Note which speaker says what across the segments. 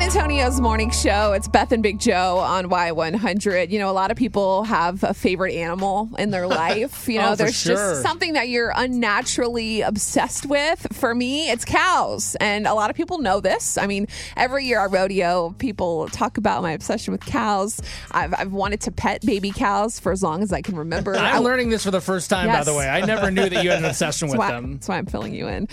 Speaker 1: Antonio's morning show. It's Beth and Big Joe on Y100. You know, a lot of people have a favorite animal in their life. You know,
Speaker 2: Oh, for
Speaker 1: there's
Speaker 2: sure.
Speaker 1: just something that you're unnaturally obsessed with. For me, it's cows. And a lot of people know this. I mean, every year at rodeo, people talk about my obsession with cows. I've, I've wanted to pet baby cows for as long as I can remember. I-
Speaker 2: I'm learning this for the first time, by
Speaker 1: Yes.
Speaker 2: the way. I never knew that you had an obsession with
Speaker 1: That's why,
Speaker 2: them.
Speaker 1: that's why I'm filling you in.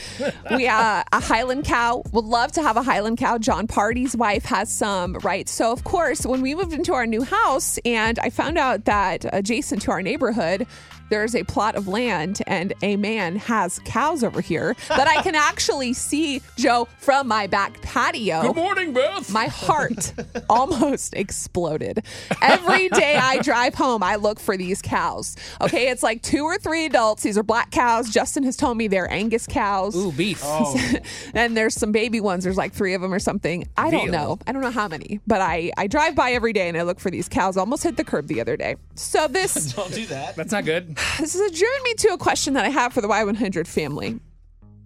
Speaker 1: We uh, a Highland cow. Would love to have a Highland cow. John Party's wife has some, right? So of course, when we moved into our new house, and I found out that adjacent to our neighborhood. There's a plot of land, and a man has cows over here that I can actually see, Joe, from my back patio.
Speaker 2: Good morning, Beth.
Speaker 1: My heart almost exploded. Every day I drive home, I look for these cows. Okay, it's like two or three adults. These are black cows. Justin has told me they're Angus cows.
Speaker 2: Ooh, beef.
Speaker 1: Oh. and there's some baby ones. There's like three of them or something. I don't
Speaker 2: Veal.
Speaker 1: know. I don't know how many, but I, I drive by every day and I look for these cows. I almost hit the curb the other day. So this
Speaker 3: Don't do that.
Speaker 2: That's not good.
Speaker 1: this has adjourned me to a question that I have for the Y100 family.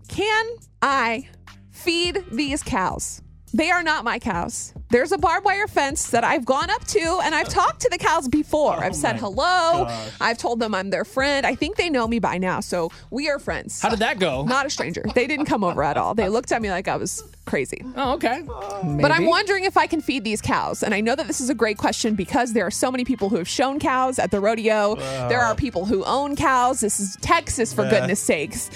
Speaker 1: Can I feed these cows? They are not my cows. There's a barbed wire fence that I've gone up to and I've talked to the cows before. I've said
Speaker 2: Oh
Speaker 1: hello. I've told them I'm their friend. I think they know me by now. So we are friends.
Speaker 2: How did that go?
Speaker 1: Not a stranger. They didn't come over at all. They looked at me like I was crazy.
Speaker 2: Oh, okay.
Speaker 1: But I'm wondering if I can feed these cows. And I know that this is a great question because there are so many people who have shown cows at the rodeo. There
Speaker 2: Uh.
Speaker 1: are people who own cows. This is Texas, for goodness sakes.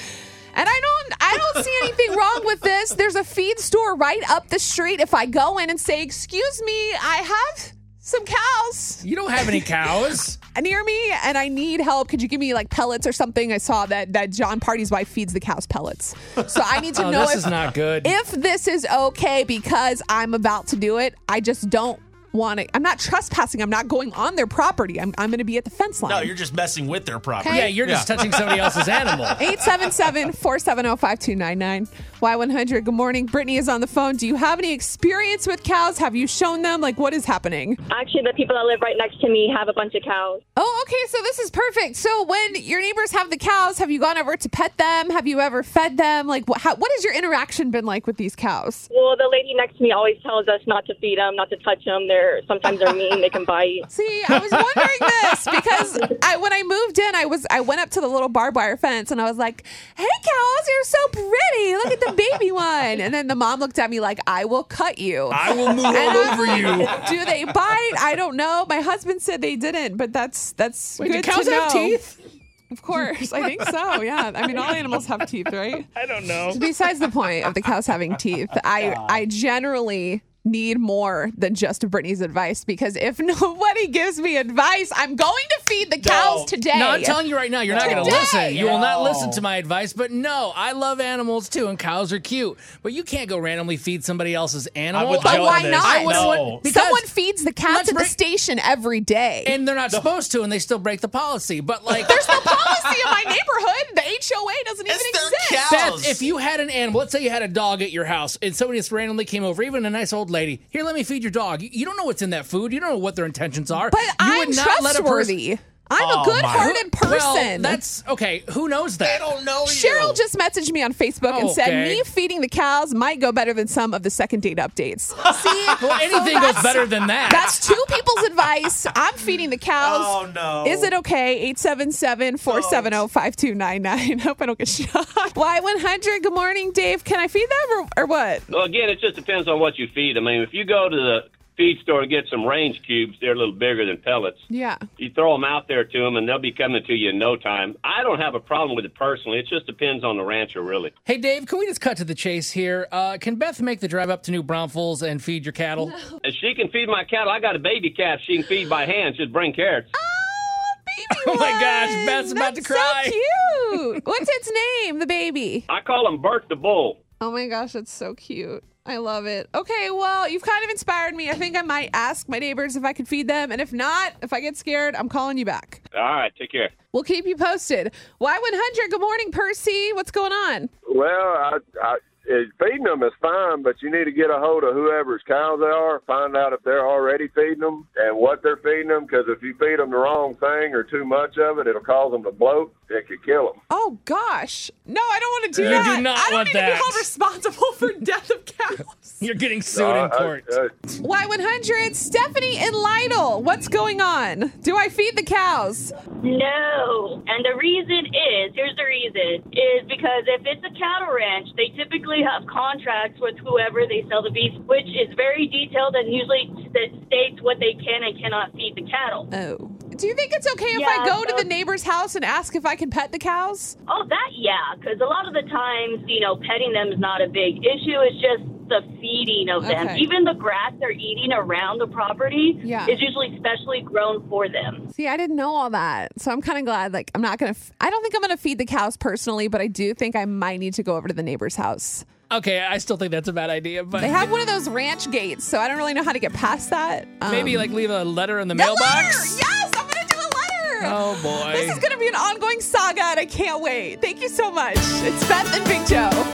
Speaker 1: And I don't I don't see anything wrong with this. There's a feed store right up the street. If I go in and say, "Excuse me, I have some cows
Speaker 2: You don't have any cows.
Speaker 1: near me and I need help. Could you give me like pellets or something?" I saw that that John Party's wife feeds the cows pellets. So I need to
Speaker 2: Oh,
Speaker 1: know
Speaker 2: this
Speaker 1: if
Speaker 2: is not good.
Speaker 1: if this is okay because I'm about to do it, I just don't want to. I'm not trespassing. I'm not going on their property. I'm, I'm going to be at the fence line.
Speaker 3: No, you're just messing with their property.
Speaker 2: Oh, yeah, you're just touching somebody else's animal.
Speaker 1: 877 470 5299 Y100. Good morning. Brittany is on the phone. Do you have any experience with cows? Have you shown them? Like, what is happening?
Speaker 4: Actually, the people that live right next to me have a bunch of cows.
Speaker 1: Oh, okay. So this is perfect. So when your neighbors have the cows, have you gone over to pet them? Have you ever fed them? Like, what, how, what has your interaction been like with these cows?
Speaker 4: Well, the lady next to me always tells us not to feed them, not to touch them. They're sometimes they're mean. They can bite.
Speaker 1: See, I was wondering this because I, when I moved in, I was I went up to the little barbed wire fence and I was like, "Hey, cows, you're so pretty. Look at the baby one." And then the mom looked at me like, "I will cut you."
Speaker 2: I will move all
Speaker 1: And I'm
Speaker 2: over
Speaker 1: like,
Speaker 2: you.
Speaker 1: Do they bite? I don't know. My husband said they didn't, but that's that's
Speaker 2: Wait, do
Speaker 1: good
Speaker 2: cows
Speaker 1: to know.
Speaker 2: have teeth?
Speaker 1: Of course, I think so. Yeah, I mean, all animals have teeth, right?
Speaker 2: I don't know.
Speaker 1: Besides the point of the cows having teeth, I I generally need more than just Brittany's advice because if nobody gives me advice, I'm going to feed the cows today.
Speaker 2: No, I'm telling you right now, you're not going to
Speaker 1: Today!
Speaker 2: listen. You will not listen to my advice. But no, I love animals too, and cows are cute. But you can't go randomly feed somebody else's animal.
Speaker 3: would
Speaker 1: but
Speaker 3: Joe
Speaker 1: why
Speaker 3: this.
Speaker 1: not?
Speaker 3: I wouldn't want-
Speaker 2: No. because-
Speaker 1: Someone feeds the cats
Speaker 2: Let's
Speaker 1: at the
Speaker 2: bring-
Speaker 1: station every day.
Speaker 2: and they're not supposed to, and they still break the policy. But like,
Speaker 1: There's no policy in my neighborhood. The HOA doesn't even
Speaker 3: It's their
Speaker 1: exist.
Speaker 3: cows.
Speaker 2: Beth, if you had an animal, let's say you had a dog at your house, and somebody just randomly came over, even a nice old lady, here, let me feed your dog. You- You don't know what's in that food. You don't know what their intentions are.
Speaker 1: But
Speaker 2: you
Speaker 1: I'm
Speaker 2: would not let a person-
Speaker 1: trustworthy. I'm
Speaker 3: Oh,
Speaker 1: a
Speaker 3: my-
Speaker 1: good-hearted
Speaker 2: Well,
Speaker 1: person.
Speaker 2: that's okay. Who knows that?
Speaker 3: I don't know
Speaker 1: Cheryl
Speaker 3: you.
Speaker 1: just messaged me on Facebook and said,
Speaker 2: Okay.
Speaker 1: Me feeding the cows might go better than some of the second date updates. See?
Speaker 2: Well, anything goes
Speaker 1: that's-
Speaker 2: better than that.
Speaker 1: That's two people's advice. I'm feeding the cows.
Speaker 3: Oh, no.
Speaker 1: Is it okay? 877 470 5299. Hope I don't get shot. Y100, good morning, Dave. Can I feed them or, or what?
Speaker 5: Well, again, it just depends on what you feed them. I mean, if you go to the feed store and get some range cubes, they're a little bigger than pellets.
Speaker 1: Yeah.
Speaker 5: You throw them out there to them, and they'll be coming to you in no time. I don't have a problem with it personally. It just depends on the rancher, really.
Speaker 2: Hey, Dave, can we just cut to the chase here? Uh, can Beth make the drive up to New Braunfels and feed your cattle?
Speaker 5: If she can feed my cattle, I got a baby calf she can feed by hand. Just bring carrots.
Speaker 2: Oh my gosh, Beth's about to
Speaker 1: That's
Speaker 2: cry.
Speaker 1: So cute. What's its name, the baby?
Speaker 5: I call him Bert the Bull.
Speaker 1: Oh my gosh, that's so cute. I love it. Okay, well, you've kind of inspired me. I think I might ask my neighbors if I could feed them. And if not, if I get scared, I'm calling you back.
Speaker 5: All right, take care.
Speaker 1: We'll keep you posted. Y100, good morning, Percy. What's going on?
Speaker 6: Well, I, I is feeding them is fine, but you need to get a hold of whoever's cows they are, find out if they're already feeding them and what they're feeding them, because if you feed them the wrong thing or too much of it, it'll cause them to bloat. It could kill them.
Speaker 1: Oh gosh, no, I don't want to do
Speaker 2: You
Speaker 1: that.
Speaker 2: do not
Speaker 1: I don't
Speaker 2: want
Speaker 1: need to
Speaker 2: that.
Speaker 1: be held responsible for death of cows.
Speaker 2: You're getting sued in court.
Speaker 6: uh,
Speaker 1: Y100, Stephanie and Lytle, what's going on? Do I feed the cows?
Speaker 4: No. And the reason is here's the reason is because if it's a cattle ranch, they typically have contracts with whoever they sell the beef, which is very detailed and usually that states what they can and cannot feed the cattle.
Speaker 1: Oh. Do you think it's okay if I
Speaker 4: Yeah,
Speaker 1: go to
Speaker 4: so-
Speaker 1: the neighbor's house and ask if I can pet the cows?
Speaker 4: Oh, that, yeah, because a lot of the times, you know, petting them is not a big issue. It's just the feeding of them.
Speaker 1: Okay.
Speaker 4: Even the grass they're eating around the property
Speaker 1: Yeah.
Speaker 4: is usually specially grown for them.
Speaker 1: See, I didn't know all that. So I'm kind of glad. Like, I'm not going to, f- I don't think I'm going to feed the cows personally, but I do think I might need to go over to the neighbor's house.
Speaker 2: Okay, I still think that's a bad idea, but
Speaker 1: They have one of those ranch gates, so I don't really know how to get past that. Um,
Speaker 2: maybe like leave a letter in the,
Speaker 1: the
Speaker 2: mailbox.
Speaker 1: letter! Yes, I'm going to do a letter.
Speaker 2: Oh boy.
Speaker 1: This is going to be an ongoing saga, and I can't wait. Thank you so much. It's Beth and Big Joe.